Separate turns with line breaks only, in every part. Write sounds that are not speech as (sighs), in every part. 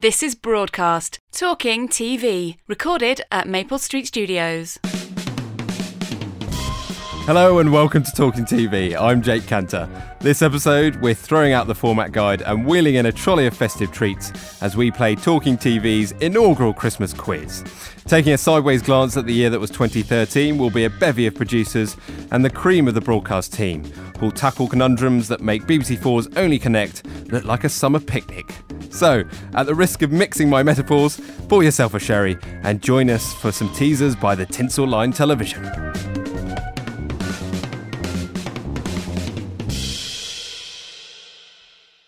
This is Broadcast, Talking TV, recorded at Maple Street Studios.
Hello and welcome to Talking TV. I'm Jake Cantor. This episode, we're throwing out the format guide and wheeling in a trolley of festive treats as we play Talking TV's inaugural Christmas quiz. Taking a sideways glance at the year that was 2013 will be a bevy of producers and the cream of the broadcast team who'll tackle conundrums that make BBC4's Only Connect look like a summer picnic. So, at the risk of mixing my metaphors, pour yourself a sherry and join us for some teasers by the Tinsel Line Television.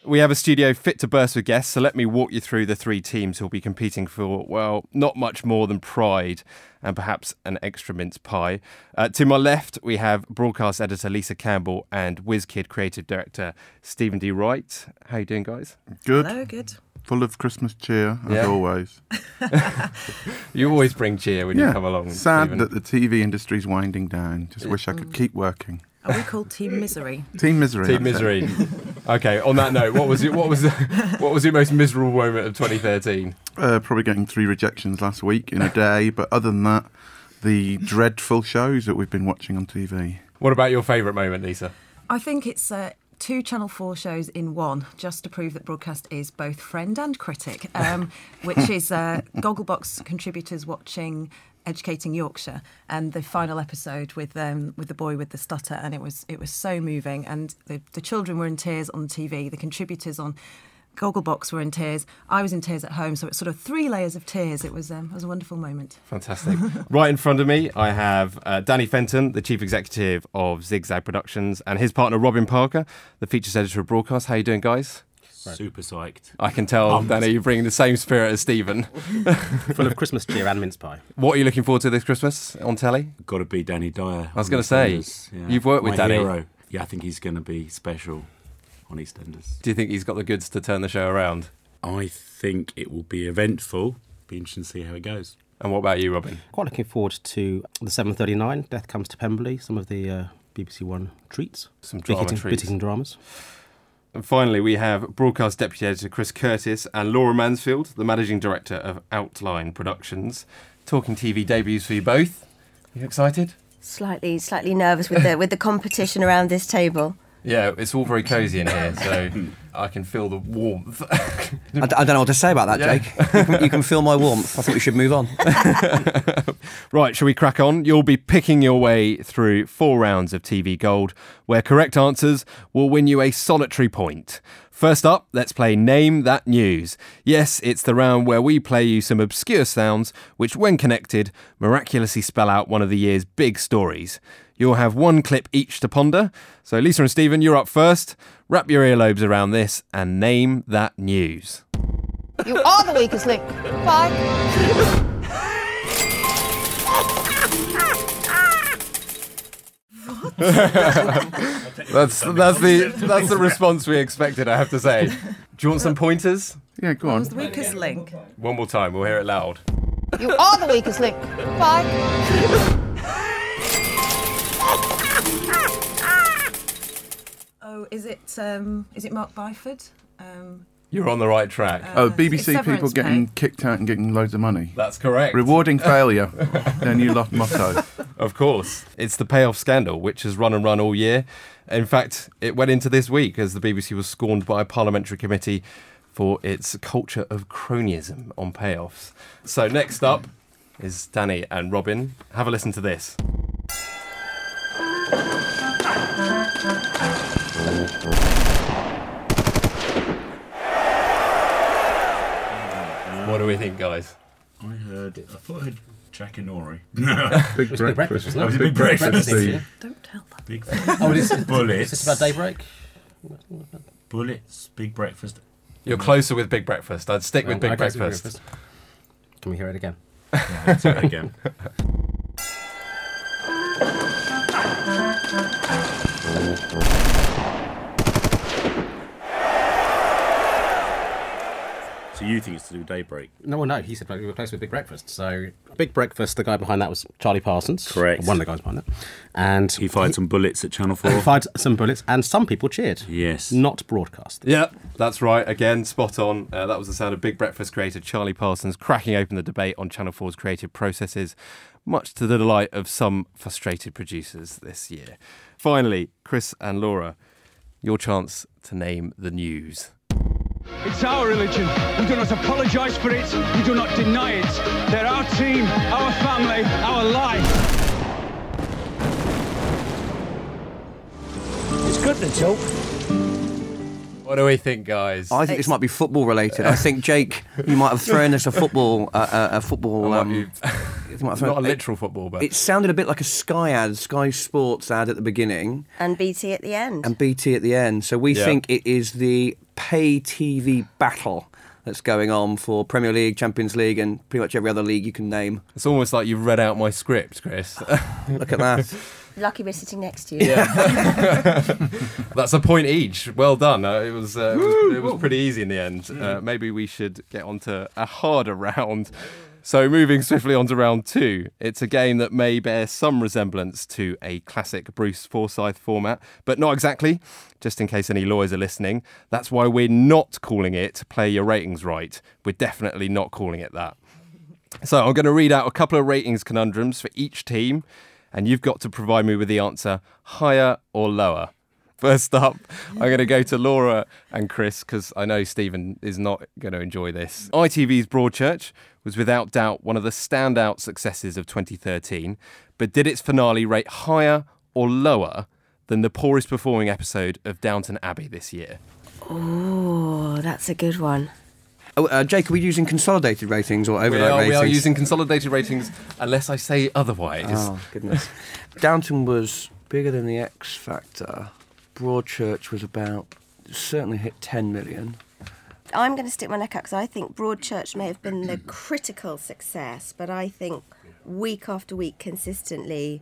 We have a studio fit to burst with guests, so let me walk you through the three teams who'll be competing for, well, not much more than pride and perhaps an extra mince pie. Uh, to my left, we have broadcast editor Lisa Campbell and WizKid creative director Stephen D. Wright. How you doing, guys?
Good.
Hello, good.
Full of Christmas cheer, as
Yeah.
always.
You always bring cheer when you come along.
Sad
Stephen.
that the TV industry's winding down. Just wish I could keep working.
Are we called Team Misery?
Team Misery.
Team
that's it.
misery. (laughs) okay. On that note, what was your, what was (laughs) what was your most miserable moment of 2013?
Uh, probably getting three rejections last week in a day, but other than that, the dreadful shows that we've been watching on TV.
What about your favourite moment, Lisa?
I think it's uh, two Channel 4 shows in one, just to prove that broadcast is both friend and critic, (laughs) um, which is uh, Gogglebox contributors watching. Educating Yorkshire and the final episode with um, with the boy with the stutter and it was it was so moving and the, the children were in tears on TV the contributors on Gogglebox were in tears I was in tears at home so it's sort of three layers of tears it was um, it was a wonderful moment
Fantastic. right in front of me, I have uh, Danny Fenton, the chief executive of Zigzag Productions, and his partner Robin Parker, the features editor of Broadcast. How you doing, guys?
Super psyched.
I can tell, Danny, you're bringing the same spirit as Stephen.
Full of Christmas cheer and mince pie.
What are you looking forward to this Christmas on telly?
Got to be Danny Dyer.
I was gonna say, you've worked with
My
Danny.
Hero. Yeah, I think he's going to be special on EastEnders.
Do you think he's got the goods to turn the show around?
I think it will be eventful. Be interesting to see how it goes.
And what about you, Robin?
Quite looking forward to the 7:39. Death comes to Pemberley. Some of the uh, BBC One treats.
Some
Big
drama
hitting,
treats.
big hitting dramas.
And finally, we have broadcast deputy editor Chris Curtis and Laura Mansfield, the managing director of Outline Productions. Talking TV debuts for you both. you excited?
Slightly, slightly nervous with the with the competition around this table.
Yeah, it's all very cosy in here, so I can feel the warmth. (laughs)
I, d- I don't know what to say about that,
Yeah.
Jake. You can, you can feel my warmth. I think we should move on.
right, shall we crack on? You'll be picking your way through four rounds of TV Gold, where correct answers will win you a solitary point. First up, let's play Name That News. Yes, it's the round where we play you some obscure sounds, which, when connected, miraculously spell out one of the year's big stories. You'll have one clip each to ponder. So, Lisa and Stephen, you're up first. Wrap your earlobes around this and name that news.
You are the weakest link. Bye.
That's that's the that's the response we expected. I have to say. Do you want some pointers?
Yeah, go
it
on.
was the weakest link
One more time. We'll hear it loud.
You are the weakest link. Bye.
Oh, is it um, is it Mark Byford? Um,
You're on the right track.
Oh,
It's
BBC
severance
people getting kicked out and getting loads of money.
that's correct. (laughs)
Rewarding failure, their new lot
(laughs)
motto.
Of course. It's the payoff scandal, which has run and run all year. In fact, it went into this week as the BBC was scorned by a parliamentary committee for its culture of cronyism on payoffs. So, next up is Danny and Robin. Have a listen to this. What do we think, guys?
I heard. I thought I heard Jack and Nori. (laughs)
Big
breakfast, wasn't it?
was a big breakfast.
yeah.
don't tell them.
Big
Oh, is it-
bullets.
Is this about daybreak?
bullets. Big breakfast.
You're closer with Big Breakfast. I'd stick with Big
Um, Okay, it's
Breakfast.
Can we hear it again?
Yeah, let's do it again. So you think it's to do with daybreak?
No, well, no. He said we were close with Big Breakfast. So Big Breakfast, the guy behind that was Charlie Parsons.
Correct.
One of the guys behind it. And
He fired some bullets at Channel Four.
(laughs) fired some bullets, and some people cheered.
Yes.
Not broadcast.
Yep, that's right. Again, spot on. Uh, that was the sound of Big Breakfast creator Charlie Parsons cracking open the debate on Channel 4's creative processes, much to the delight of some frustrated producers this year. Finally, Chris and Laura, your chance to name the news.
(laughs) It's our religion. We do not apologize for it. We do not deny it. They're our team, our family, our life. It's good to talk.
What do we think, guys?
I think this might be football related. I think Jake, you might have thrown us a football, uh, a football.
Might
um,
be-
you might have thrown-
(laughs) not a
it-
literal football, but
It sounded a bit like a Sky ad, Sky Sports ad at the beginning,
and BT at the end.
and BT at the end. So we
Yeah.
think it is the pay TV battle that's going on for Premier League, Champions League, and pretty much every other league you can name.
it's almost like you've read out my script, Chris.
Look
(laughs)
at that.
Lucky we're sitting next to you.
That's a point each. Well done. Uh, it was uh, it was, it was pretty easy in the end. Uh, maybe we should get on to a harder round. So moving swiftly on to round two, it's a game that may bear some resemblance to a classic Bruce Forsyth format, but not exactly. Just in case any lawyers are listening, that's why we're not calling it "Play Your Ratings Right." We're definitely not calling it that. So I'm going to read out a couple of ratings conundrums for each team, and you've got to provide me with the answer higher or lower. First up, I'm going to go to Laura and Chris because I know Stephen is not going to enjoy this. ITV's Broadchurch was without doubt one of the standout successes of 2013, but did its finale rate higher or lower than the poorest performing episode of Downton Abbey this year?
Oh, that's a good one.
Oh, uh, Jake, are we using consolidated ratings or
We
overnight
are, we
ratings?
are using consolidated ratings unless I say otherwise.
Oh goodness. (laughs) Downton was bigger than the X Factor. Broadchurch was about certainly hit 10 million.
I'm going to stick my neck out because I think Broadchurch may have been the critical success, but I think week after week, consistently,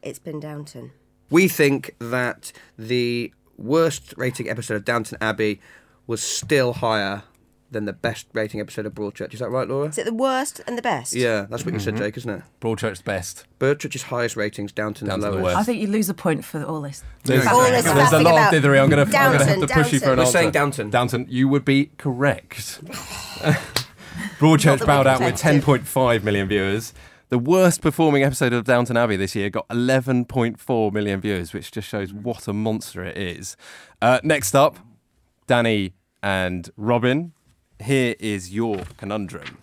it's been Downton.
We think that the worst rating episode of Downton Abbey was still higher than the best rating episode of Broadchurch. Is that right, Laura?
Is it the worst and the best?
Yeah, that's what you
Mm-hmm.
said, Jake, isn't it?
Broadchurch's best.
Broadchurch's highest ratings, Downton's
Downton the
lowest.
worst.
I think you lose a point for all this.
There's,
All this
there's a
faffing
lot
about
of dithery. I'm going to, I'm going to have to
Downton,
push you for an answer.
Downton.
We're saying Downton.
Downton, you would be correct. Broadchurch bowed out with 10.5 million viewers. The worst performing episode of Downton Abbey this year got 11.4 million viewers, which just shows what a monster it is. Uh, next up, Danny and Robin. Here is your conundrum.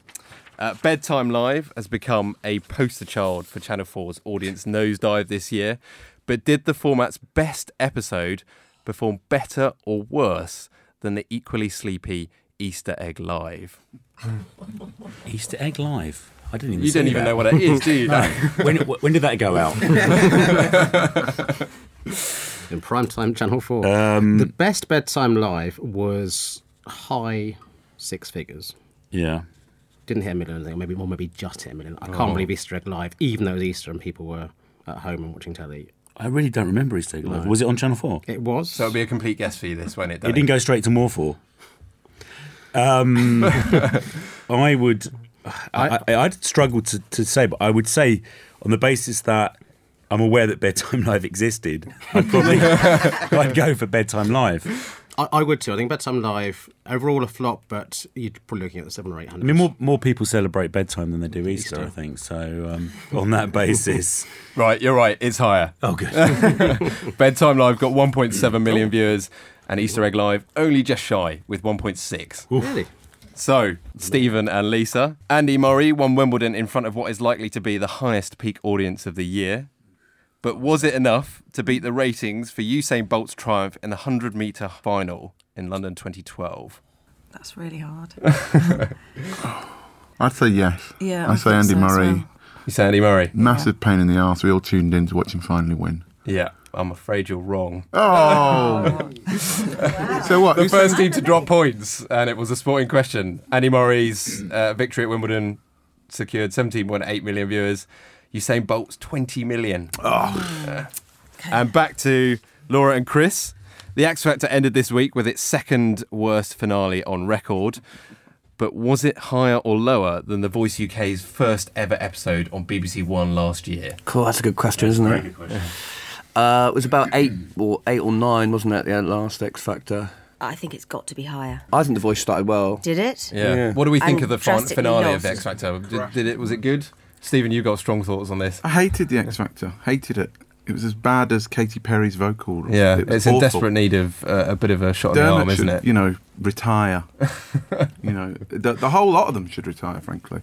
Uh, Bedtime Live has become a poster child for Channel 4's audience nosedive this year, but did the format's best episode perform better or worse than the equally sleepy Easter Egg Live?
Easter Egg Live. I didn't even.
You
see
don't even
that.
know what it is, do (laughs) you? Dan?
(laughs) when, when did that go out?
In primetime Channel 4. the best bedtime live was high six figures.
(laughs) yeah.
Didn't hit a million, I think, or maybe, or maybe just hit a million. I can't believe Easter Egg Live, even though it was Easter and people were at home and watching telly.
I really don't remember Easter Egg Live. Was it on Channel 4?
It was.
So it'll be a complete guess for you this, won't it?
It didn't go straight to more 4.
(laughs)
Um, I would. I, I, I'd struggle to, to say, but I would say on the basis that I'm aware that Bedtime (laughs) Live existed, I'd
(laughs)
probably I'd go for Bedtime Live.
I, I would too. I think bedtime live overall a flop, but you're probably looking at the seven or eight hundred.
I mean, more more people celebrate bedtime than they do Easter, I think. So um, on that
(laughs)
basis,
Right, you're right. It's higher.
oh (laughs) good.
Bedtime Live got 1.7 million viewers, and Easter Egg Live only just shy with 1.6.
really.
So, Stephen and Lisa. Andy Murray won Wimbledon in front of what is likely to be the highest peak audience of the year. But was it enough to beat the ratings for Usain Bolt's triumph in the 100 metre final in London 2012?
That's really hard.
I'd say yes.
Yeah,
I
I
say
think
Andy
so as
Murray.
well.
You say Andy Murray?
Massive pain in the arse. We all tuned in to watch him finally win.
Yeah, I'm afraid you're wrong.
(laughs)
Oh. so what?
The first team to drop points, and it was a sporting question. Andy Murray's uh, victory at Wimbledon secured 17.8 million viewers. Usain Bolt's 20 million. Uh, And back to Laura and Chris. The X Factor ended this week with its second worst finale on record. but was it higher or lower than The Voice UK's first ever episode on BBC One last year?
Cool, that's a good question, isn't it? Uh, it was about eight or eight or nine, wasn't it? The last X Factor.
I think it's got to be higher.
I think the voice started well.
Did it?
Yeah. What do we think
I'm
of the fin-
drastically
finale
not.
of X Factor? Did, did it? Was it good? Stephen, you got strong thoughts on this.
I hated the X Factor. Hated it. It was as bad as Katy Perry's vocal.
Yeah,
It was
it's in
awful.
desperate need of uh, a bit of a shot in the
Dermot
arm, isn't
should,
it?
You know,
(laughs)
retire. you know, the, the whole lot of them should retire, frankly.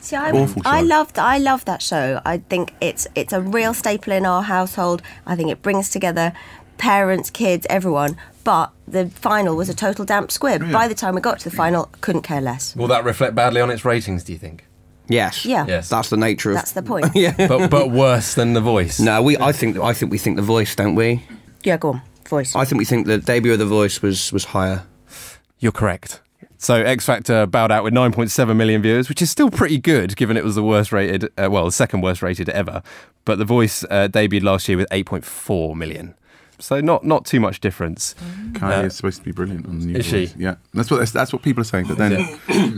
See, I,
Awful
I
show.
loved, I love that show. I think it's it's a real staple in our household. I think it brings together parents, kids, everyone. But the final was a total damp squib.
Yeah.
By the time we got to the final, couldn't care less.
Will that reflect badly on its ratings? Do you
(laughs)
think?
Yes.
Yeah.
Yes.
That's the nature of.
That's
(laughs)
the point.
yeah.
But but worse than the voice.
No, we. I think. I think we think the voice, don't we?
Yeah, go on. Voice.
I think we think the debut of the voice was was higher.
You're correct. So X Factor bowed out with 9.7 million viewers, which is still pretty good given it was the worst rated, uh, well, the second worst rated ever. But The Voice uh, debuted last year with 8.4 million. So not not too much difference.
Kylie
Uh,
is supposed to be brilliant on the new
is she?
Voice. Yeah, that's what that's what people are saying. But then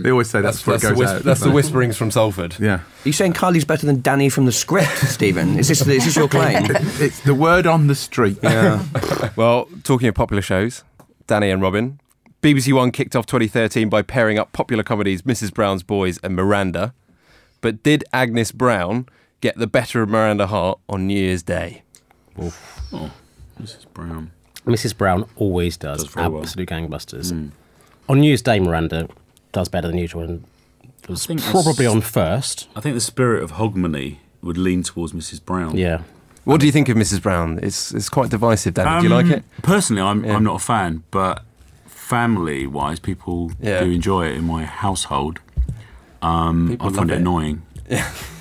they always say that's,
That's,
before
that's,
it
the,
goes
whis-
out. (laughs)
that's the
So-
whisperings from Salford.
Yeah,
Are you saying Kylie's better than Danny from the script, (laughs) Stephen? Is this is this (laughs) your claim?
it's the word on the street.
Yeah.
Well, talking of popular shows, Danny and Robin. BBC One kicked off 2013 by pairing up popular comedies Mrs. Brown's Boys and Miranda. But did Agnes Brown get the better of Miranda Hart on New Year's Day?
Mrs. Oh, Brown.
Mrs. Brown always does,
Does very well.
absolute gangbusters. On News Day, Miranda does better than usual and was
think that's-
probably on first.
I think the spirit of Hogmanay would lean towards Mrs. Brown.
Yeah.
What do you think of Mrs. Brown? It's it's quite divisive, Danny. do you
Um,
like it?
Personally, I'm,
Yeah.
I'm not a fan, but family wise, people
Yeah.
do enjoy it in my household. Um,
People
I find
love
it,
it.
annoying.
T-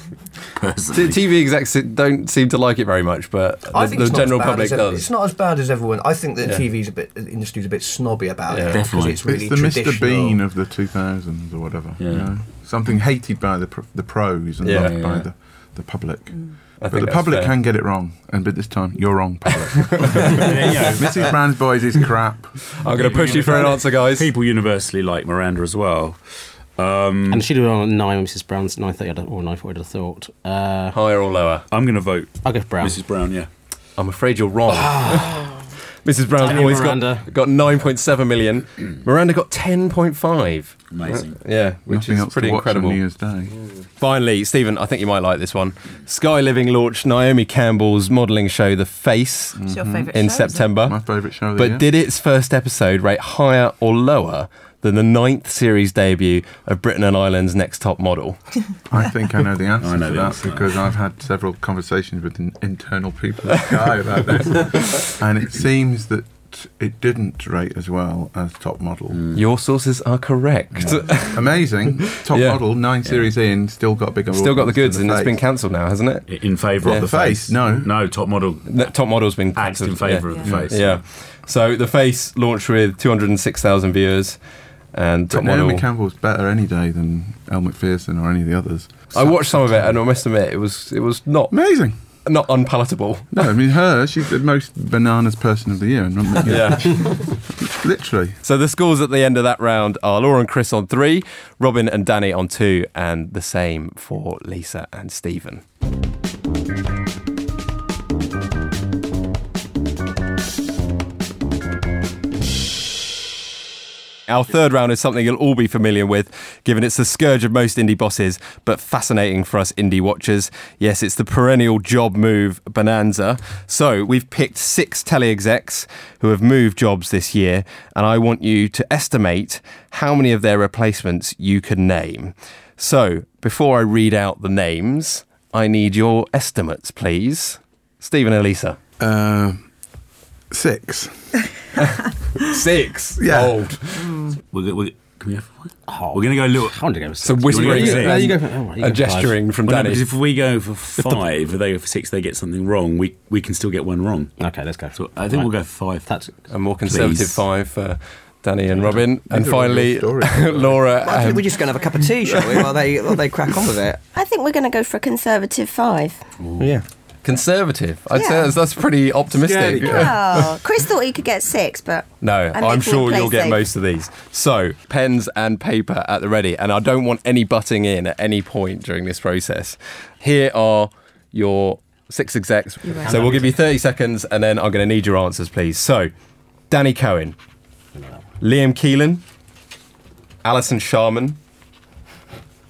(laughs) personally.
TV execs don't seem to like it very much, but the, the general public
It's
does.
not as bad as everyone. I think that
Yeah.
TV's a bit the industry's a bit snobby about
Yeah.
it
Definitely.
because it's really
it's the Mr.
traditional.
Bean of the 2000s or whatever. you
Yeah.
know? Something hated by the pr- the pros and
Yeah.
loved
Yeah.
by the, the public.
I
But
think
the
that's
public
fair.
can get it wrong, and but this time you're wrong,
(laughs)
public. (laughs)
You know,
Mrs. Brown's Boys is crap.
I'm going to push you for an answer, guys.
people universally like Miranda as well. Um,
And she did it on at 9, Mrs. Brown's 9.30 or 9.40, I'd have thought. Uh,
Higher or lower?
I'm going to vote
I'll go for Brown.
Mrs. Brown. Yeah.
I'm afraid you're
(sighs)
wrong. Mrs. Brown's
Danny
boys
Miranda.
got, got 9.7 million. Miranda got 10.5.
Amazing.
Yeah, which
Nothing
is
else
pretty
to watch
incredible.
on uh, New Year's Day.
Finally, Stephen, I think you might like this one. Sky Living launched Naomi Campbell's modelling show, The Face,
It's your favourite
in
show, isn't it?
September.
Mm-hmm. My favourite show. Of the
but
year.
did its first episode rate higher or lower than the ninth series debut of Britain and Ireland's Next Top Model?
I think I know
(laughs)
the answer
I know
to
the
that
answer.
because I've had several conversations with in- internal people at Sky about
(laughs)
this, and it seems that it didn't rate as well as Top Model.
Your sources are correct.
Amazing, Top
Yeah.
Model nine series in, still got bigger.
(laughs) Still got the
audience
goods, and
than the
it's been
face.
cancelled now, hasn't it?
In favour
Yeah.
of the face.
Face, no.
No, top model
The Top Model's been
acts
cancelled
in favour
Yeah.
of the face.
Yeah. So the face launched with 206,000 viewers and top
But Naomi
model.
Campbell's better any day than Elle McPherson or any of the others.
I watched some of it and I must admit it was it was not
Amazing.
not unpalatable.
No, I mean her. She's the most bananas person of the year,
(laughs)
and you know,
Yeah.
literally.
so the scores at the end of that round are Laura and Chris on 3, Robin and Danny on 2 and the same for Lisa and Stephen. Our third round is something you'll all be familiar with, given it's the scourge of most indie bosses, but fascinating for us indie watchers. Yes, it's the perennial job move bonanza. So we've picked six tele execs who have moved jobs this year, and I want you to estimate how many of their replacements you can name. So before I read out the names, I need your estimates, please. Stephen and Elisa.
Uh, six.
Six.
Yeah.
Old.
We're, go- we're, can we have one?
Oh.
We're going to go a little.
I want to go for
So
six.
whispering
Yeah,
No, you go
and,
for- oh, right, you
and
go for five.
gesturing from
Well, no,
Danny.
because if we go for five, if they go for six, they get something wrong. We we can still get one wrong.
Okay, let's go.
So I think we'll go for five.
That's
a more conservative
Please.
five for Danny and Robin, and
These are all
finally (laughs)
real stories.
Laura.
I think
um,
we're just going to have a cup of tea, shall we? While they while they crack on with it.
I think we're going to go for a conservative five.
Yeah.
conservative. I'd say
Yeah.
that's, that's pretty optimistic.
Oh, Chris thought he could get six, but
No,
I'm
I'm,
making
sure
it
you'll get
play safe.
most of these. So, pens and paper at the ready, and I don't want any butting in at any point during this process. Here are your six execs.
You will.
So, we'll give you 30 seconds, and then I'm going to need your answers, please. So, Danny Cohen, Liam Keelan, Alison Sharman,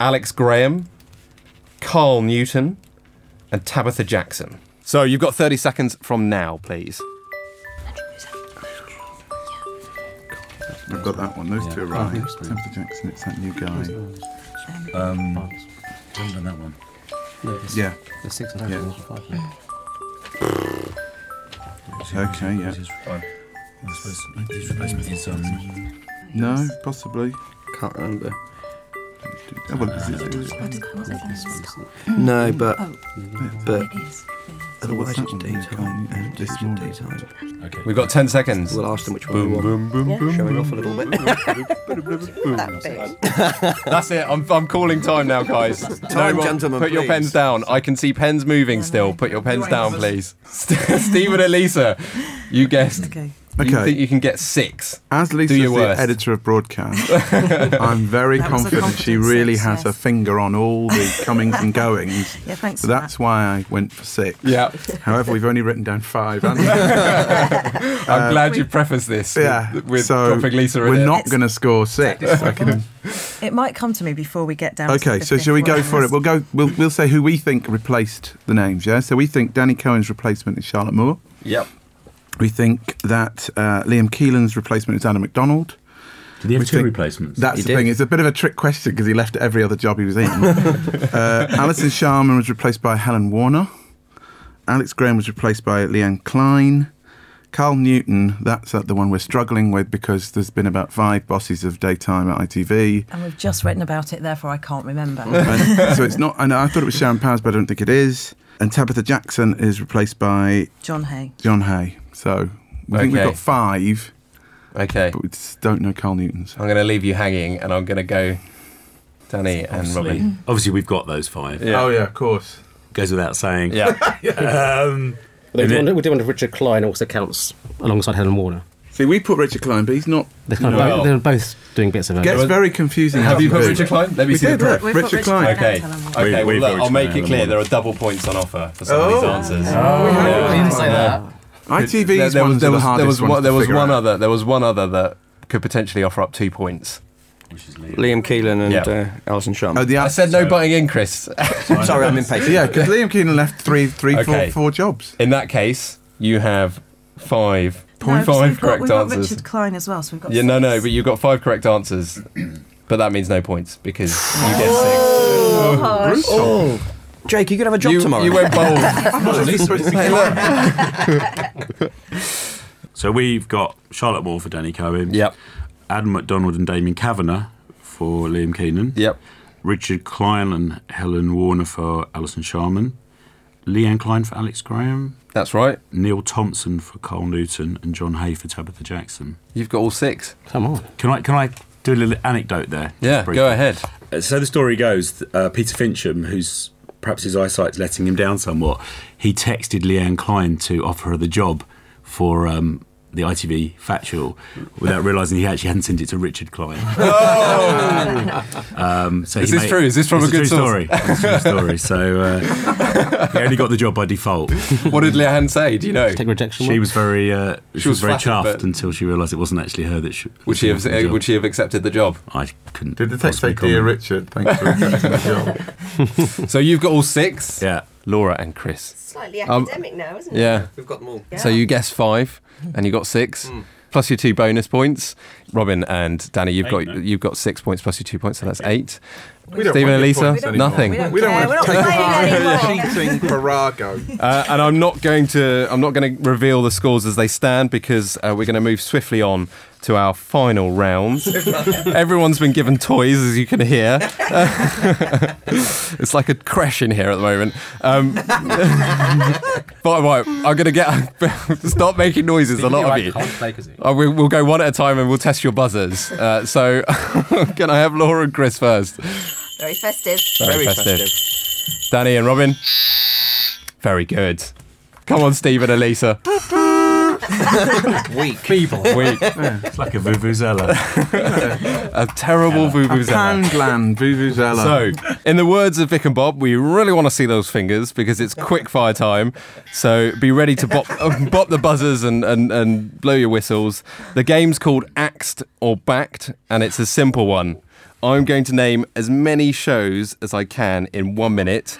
Alex Graham, Carl Newton, and Tabitha Jackson. So, you've got 30 seconds from now, please.
I've got that one. Those
Oh,
two are right. Tempter Jackson, it's that new guy. Um, I haven't done that one. yeah.
The six and a half
Yeah.
five. yeah.
Okay, yeah. No, possibly.
Can't remember.
Oh, well, it's- it's- it's-
No, but but
What's
otherwise
that
it's
one?
daytime and this is daytime.
Okay. We've got 10 seconds.
We'll ask them which
Boom,
one.
boom, boom, boom,
Showing
boom,
off a little bit.
That's it. I'm, I'm calling time now, guys.
Time,
one-
gentlemen,
Put your
please.
pens down. I can see pens moving still. Put your pens down, please. St- (laughs) Stephen and Lisa, you guessed. Okay. You
Okay.
think you can get six?
As Lisa's
your
the
worst.
editor of
(laughs)
broadcast, I'm very
That was a
confident she
confident
really
six,
has
yes.
her finger on all the comings and goings.
(laughs) Yeah, thanks
So
for
that's why I went for six.
Yeah.
However, we've only written down five. haven't we?
(laughs) I'm
Uh,
glad you prefaced this. with-
(laughs) Yeah.
With,
so
dropping Lisa in
we're
it.
not going to score six. I
(laughs)
can-
It might come to me before we get down. to
okay.
the
So
fifth
shall we go
one.
for it? We'll go. We'll, we'll say who we think replaced the names. Yeah. So we think Danny Cohen's replacement is Charlotte Moore.
Yep.
We think that uh, Liam Keelan's replacement is Anna McDonald.
Did he have
We
two
think-
replacements?
That's
He
the
did.
thing. It's a bit of a trick question because he left every other job he was
(laughs)
in. uh, Alison Sharman was replaced by Helen Warner. Alex Graham was replaced by Leanne Klein. Carl Newton, that's uh, the one we're struggling with because there's been about five bosses of daytime at ITV.
And we've just written about it, therefore I can't remember.
And so it's not, and I thought it was Sharon Powers, but I don't think it is. And Tabitha Jackson is replaced by
(laughs) John Hay.
John Hay. So we think we've
Okay.
got five.
Okay.
But we just don't know Carl Newton's.
I'm going to leave you hanging and I'm going to go Danny and
Obviously.
(laughs) Robin.
Obviously, we've got those five.
Yeah. Oh, yeah,
of course.
Goes without saying.
Yeah.
um, and
Although we do
it-
wonder, we do wonder if Richard Klein also counts alongside Helen Warner.
See, we put Richard Klein, but he's not.
They're, kind of
No.
both, they're both doing bits of it.
Gets very confusing.
Have you put
afterwards.
Richard Klein? Let me
we
see
did,
the
look,
proof.
Richard, Klein.
Okay.
We-
Okay. Well,
we've got
look, I'll
Richard
make it
Klein and
clear
Warner.
there are double points on offer for some of
Oh.
these answers.
Oh.
Yeah.
say that. ITV's
There- there
ones
was- there was-
are the
there
hardest
was
ones
one-
to
There was
figure
one
out.
other. There was one other that could potentially offer up two points.
(laughs) Liam Keelan and
Yeah.
uh, Alison Sharman.
Oh, the
I said no butting in, Chris.
Sorry, I'm impatient.
(laughs) Yeah, because Liam Keenan left three, three, four, four
Okay.
jobs.
In that case, you have five
No,
5
because we've got,
correct
we've got
answers.
Richard Klein as well, so we've got.
Yeah, no,
six.
no, but you've got five correct answers, but that means no points because you get six.
Oh, Jake, you could have a job
You,
tomorrow.
you
(laughs)
went bold.
So we've got Charlotte Moore for Danny Cohen.
Yep.
Adam McDonald and Damien Kavanagh for Liam Keenan.
Yep.
Richard Klein and Helen Warner for Alison Sharman. Leanne Klein for Alex Graham.
That's right.
Neil Thompson for Carl Newton and John Hay for Tabitha Jackson.
You've got all six.
Come on.
Can I can I do a little anecdote there?
Yeah,
Briefly.
go ahead.
Uh, So the story goes, th- uh, Peter Fincham, who's perhaps his eyesight's letting him down somewhat, he texted Leanne Klein to offer her the job for um, the ITV factual without realising he actually hadn't sent it to Richard
(laughs)
Klein. um, so
Is
he
this true? Is this from
It's
a good
true
source?
story? It's a true story. So uh, he only got the job
(laughs)
by default.
What did Leanne say? Do you know?
Take rejection.
She was very, uh, she,
was
was, very
flattered,
chuffed
but-
until she realised it wasn't actually her that she.
Would she have?
the job.
Would she have accepted the job?
I couldn't.
Did the text say,
possibly
Dear
comment.
Richard, thanks (laughs) for accepting the job?
So you've got all six.
Yeah.
Laura and Chris.
Slightly
Um,
academic now, isn't it?
Yeah.
We've got them all. Hmm.
So you guessed five, and you got six, plus your two bonus points. Robin and Danny, you've got you've got six points plus your two points, so that's eight.
We don't
Stephen and
want your
Lisa,
points anymore.
nothing.
We don't
We don't
care,
want to
we're not playing
take
anymore.
a cheating Parago.
Uh, and I'm not going to I'm not going to reveal the scores as they stand because uh, we're going to move swiftly on to our final round. Everyone's been given toys, as you can hear. (laughs) it's like a crash in here at the moment. Um, (laughs) but right, I'm going to get (laughs) stop making noises. A lot of you. Uh, we, we'll go one at a time and we'll test your buzzers. Uh, so, (laughs) can I have Laura and Chris first?
Very festive.
Very,
Very
festive. Danny and Robin. Very good. Come on, Steve and Elisa.
Weak.
Feeble. Weak.
It's like a vuvuzela.
a terrible vuvuzela.
Pangland vuvuzela.
So, in the words of Vic and Bob, we really want to see those fingers because it's quick fire time. So be ready to bop, (laughs) bop the buzzers and, and, and blow your whistles. The game's called Axed or Backed, and it's a simple one. I'm going to name as many shows as I can in one minute,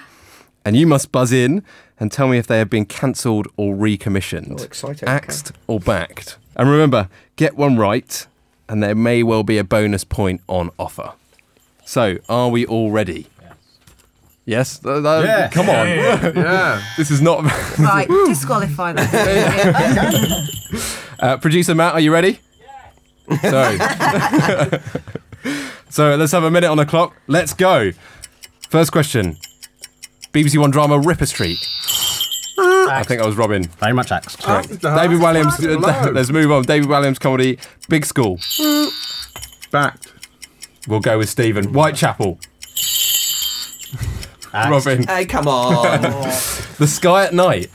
and you must buzz in and tell me if they have been cancelled or recommissioned.
Oh, exciting.
Axed or backed. And remember, get one right, and there may well be a bonus point on offer. So, are we all ready? Yes? Th- th-
Yes.
Come on.
Yeah. Yeah.
this is not. (laughs)
Right, disqualify that.
Uh, Producer Matt, are you ready? Yeah. Sorry.
(laughs)
so let's have a minute on the clock. Let's go. First question BBC One drama Ripper Street. I think I was Robin.
Very much axed.
David Williams. uh, (laughs) let's move on. David Williams comedy. Big School.
Backed.
We'll go with Stephen. Whitechapel.
(laughs)
Robin.
Hey, come on. (laughs)
the Sky at Night.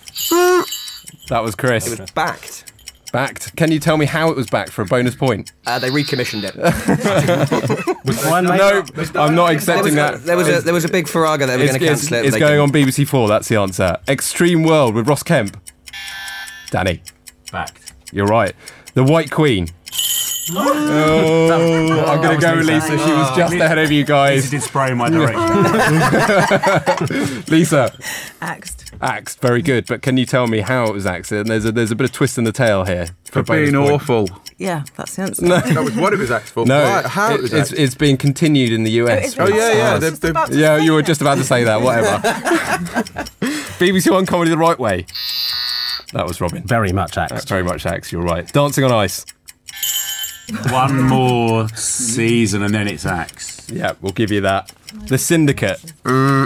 That was Chris.
It was backed.
Backed. Can you tell me how it was backed for a bonus point?
Uh, they recommissioned it.
no, I'm not accepting
there
that.
was, There was a there was a big farrago they were going to
It's-
cancel it.
It's, it's going on BBC Four. That's the answer. Extreme World with Ross Kemp. Danny,
Backed.
you're right. The White
(laughs)
Queen. Oh, I'm going to go with Lisa. She was
Oh.
just ahead of you guys.
did spray in my
(laughs)
direction.
Lisa,
Axed.
axed. Very good. But can you tell me how it was axed? And there's a there's a bit of twist in the tail here. For
For being
bonus point.
awful.
Yeah, that's the answer.
No.
That was what it was axed for.
No,
Why- how it, was
it's,
axed.
it's being continued in the US.
it's Oh, yeah, yeah, they've- they've- about to
yeah. You were just about to say that. Whatever. BBC One comedy the right way. That was Robin.
Very much
That's
axed.
very much Axe. You're right. Dancing on Ice.
One more season and then it's axe.
Yeah, we'll give you that. The Syndicate.
Uh,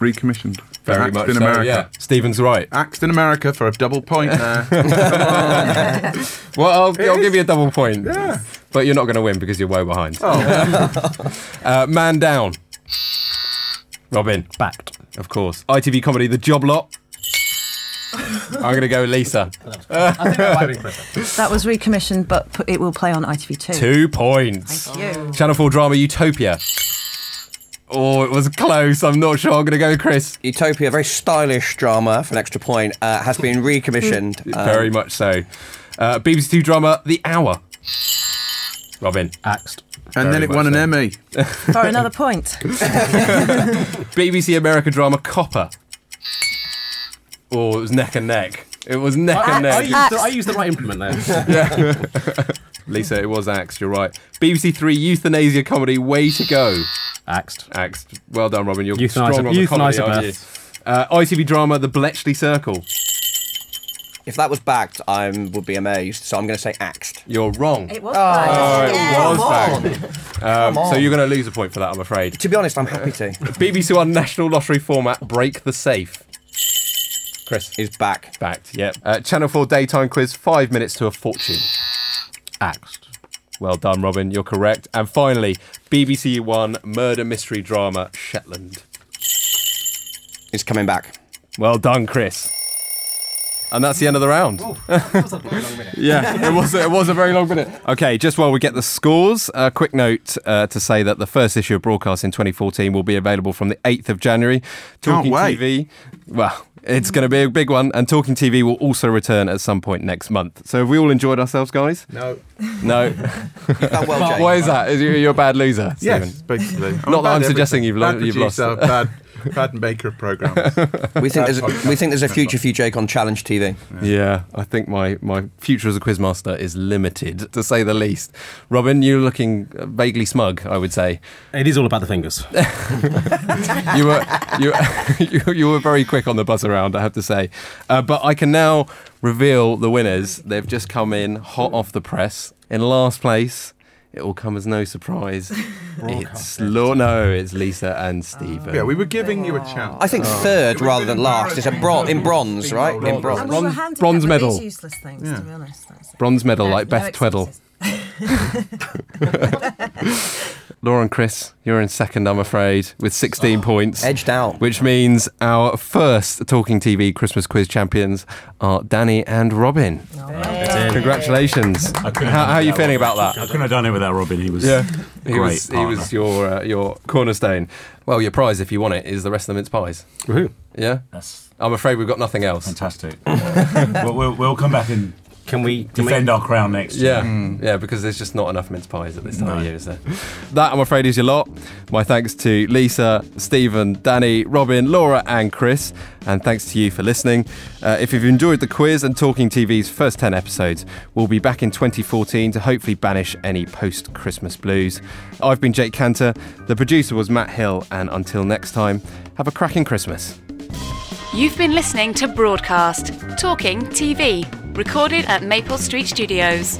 recommissioned.
Very
Axed
much
in
so,
America.
yeah. Stephen's right.
Axed in America for a
(laughs)
double point there.
Well, I'll, I'll give you a double point. But you're not going to win because you're way behind.
Oh.
(laughs) uh, Man Down. Robin.
Backed.
Of course. ITV comedy The Job Lot. I'm going to go Lisa.
That was recommissioned, but p- it will play on ITV2.
Two points.
Thank you.
Channel 4 drama Utopia. Oh, it was close. I'm not sure. I'm going to go with Chris.
Utopia, very stylish drama for an extra point, uh, has been recommissioned. Um,
Very much so. Uh, BBC Two drama The Hour. Robin.
Axed.
and then
Very
it
much
won an
so.
Emmy.
For
(laughs)
another point.
BBC America drama Copper. Oh, it was neck and neck. It was neck
I,
and
I,
neck.
used the, I used the right
(laughs)
implement there.
Lisa, it was axed. You're right. BBC Three euthanasia comedy Way to Go.
Axed.
Axed. Well done, Robin. You're
Euthanasia-
strong on the comedy,
euthanasia
aren't you? Uh, ITV drama The Bletchley Circle.
if that was backed, I would be amazed. So I'm going to say axed.
You're wrong.
It was
Oh, it
close.
was
come
back. Um, so you're going to lose a point for that, I'm afraid.
To be honest, I'm happy
(laughs)
to.
BBC One national lottery format Break the Safe. Chris.
Is back.
Backed, yep. Uh, Channel 4 daytime quiz, five minutes to a fortune.
Axed.
Well done, Robin, you're correct. And finally, BBC One murder mystery drama Shetland.
Is coming back.
Well done, Chris. And that's the end of the round. (laughs) yeah, it was, it was a very long minute. Okay, just while we get the scores, a quick note uh, to say that the first issue of Broadcast in 2014 will be available from the 8th of January. Talking
wait.
TV, well, it's going to be a big one. And Talking TV will also return at some point next month. So have we all enjoyed ourselves, guys?
No.
(laughs) No.
You've done well, Jake.
Why is that? Is you- You're a bad loser, Stephen.
Yes, (laughs) basically.
that I'm suggesting you've lo-
bad
you've lost
producer,
it.
Bad, bad maker
(laughs)
of programs.
We think there's a,
Bad podcast.
we think there's a future for you, Jake, on Challenge TV.
Yeah, I think my, my future as a quizmaster is limited, to say the least. Robin, you're looking vaguely smug, I would say.
It is all about the fingers.
You were (laughs) you, you, (laughs) you were very quick on the buzz around, I have to say. Uh, but I can now reveal the winners. They've just come in hot off the press. In last place, it will come as no
(laughs)
surprise. it's Lo- no, it's Lisa and Stephen.
yeah, we were giving you a chance.
I think
Oh.
third rather than last is a bron- in bronze, right? In
And
bronze.
we were
Bronze-
handicapped
bronze
with
medal.
These useless things, to be honest. That's it.
Bronze medal, like
No,
Beth
no
Tweddle.
excuses.
Laura and Chris, you're in second, I'm afraid, with 16 points.
Oh, edged out.
Which means our first Talking TV Christmas quiz champions are Danny and Robin. Congratulations.
I couldn't
How,
have
how
done it
are you
without
feeling
Robin.
about that?
I couldn't have done it without Robin. He was
yeah.
great.
He was, he
partner.
was your uh, your cornerstone. Well, your prize, if you want it, is the rest of the mince pies.
Woohoo.
Yeah. I'm afraid we've got nothing else.
Fantastic. (laughs) we'll, we'll, we'll come back and can we defend our crown next year?
Yeah, yeah, because there's just not enough mince pies at this time of year, is there? (laughs) That, I'm afraid, is your lot. My thanks to Lisa, Stephen, Danny, Robin, Laura, and Chris. And thanks to you for listening. Uh, if you've enjoyed the quiz and Talking TV's first 10 episodes, we'll be back in 2014 to hopefully banish any post Christmas blues. I've been Jake Cantor, the producer was Matt Hill, and until next time, have a cracking Christmas.
You've been listening to Broadcast, Talking TV, recorded at Maple Street Studios.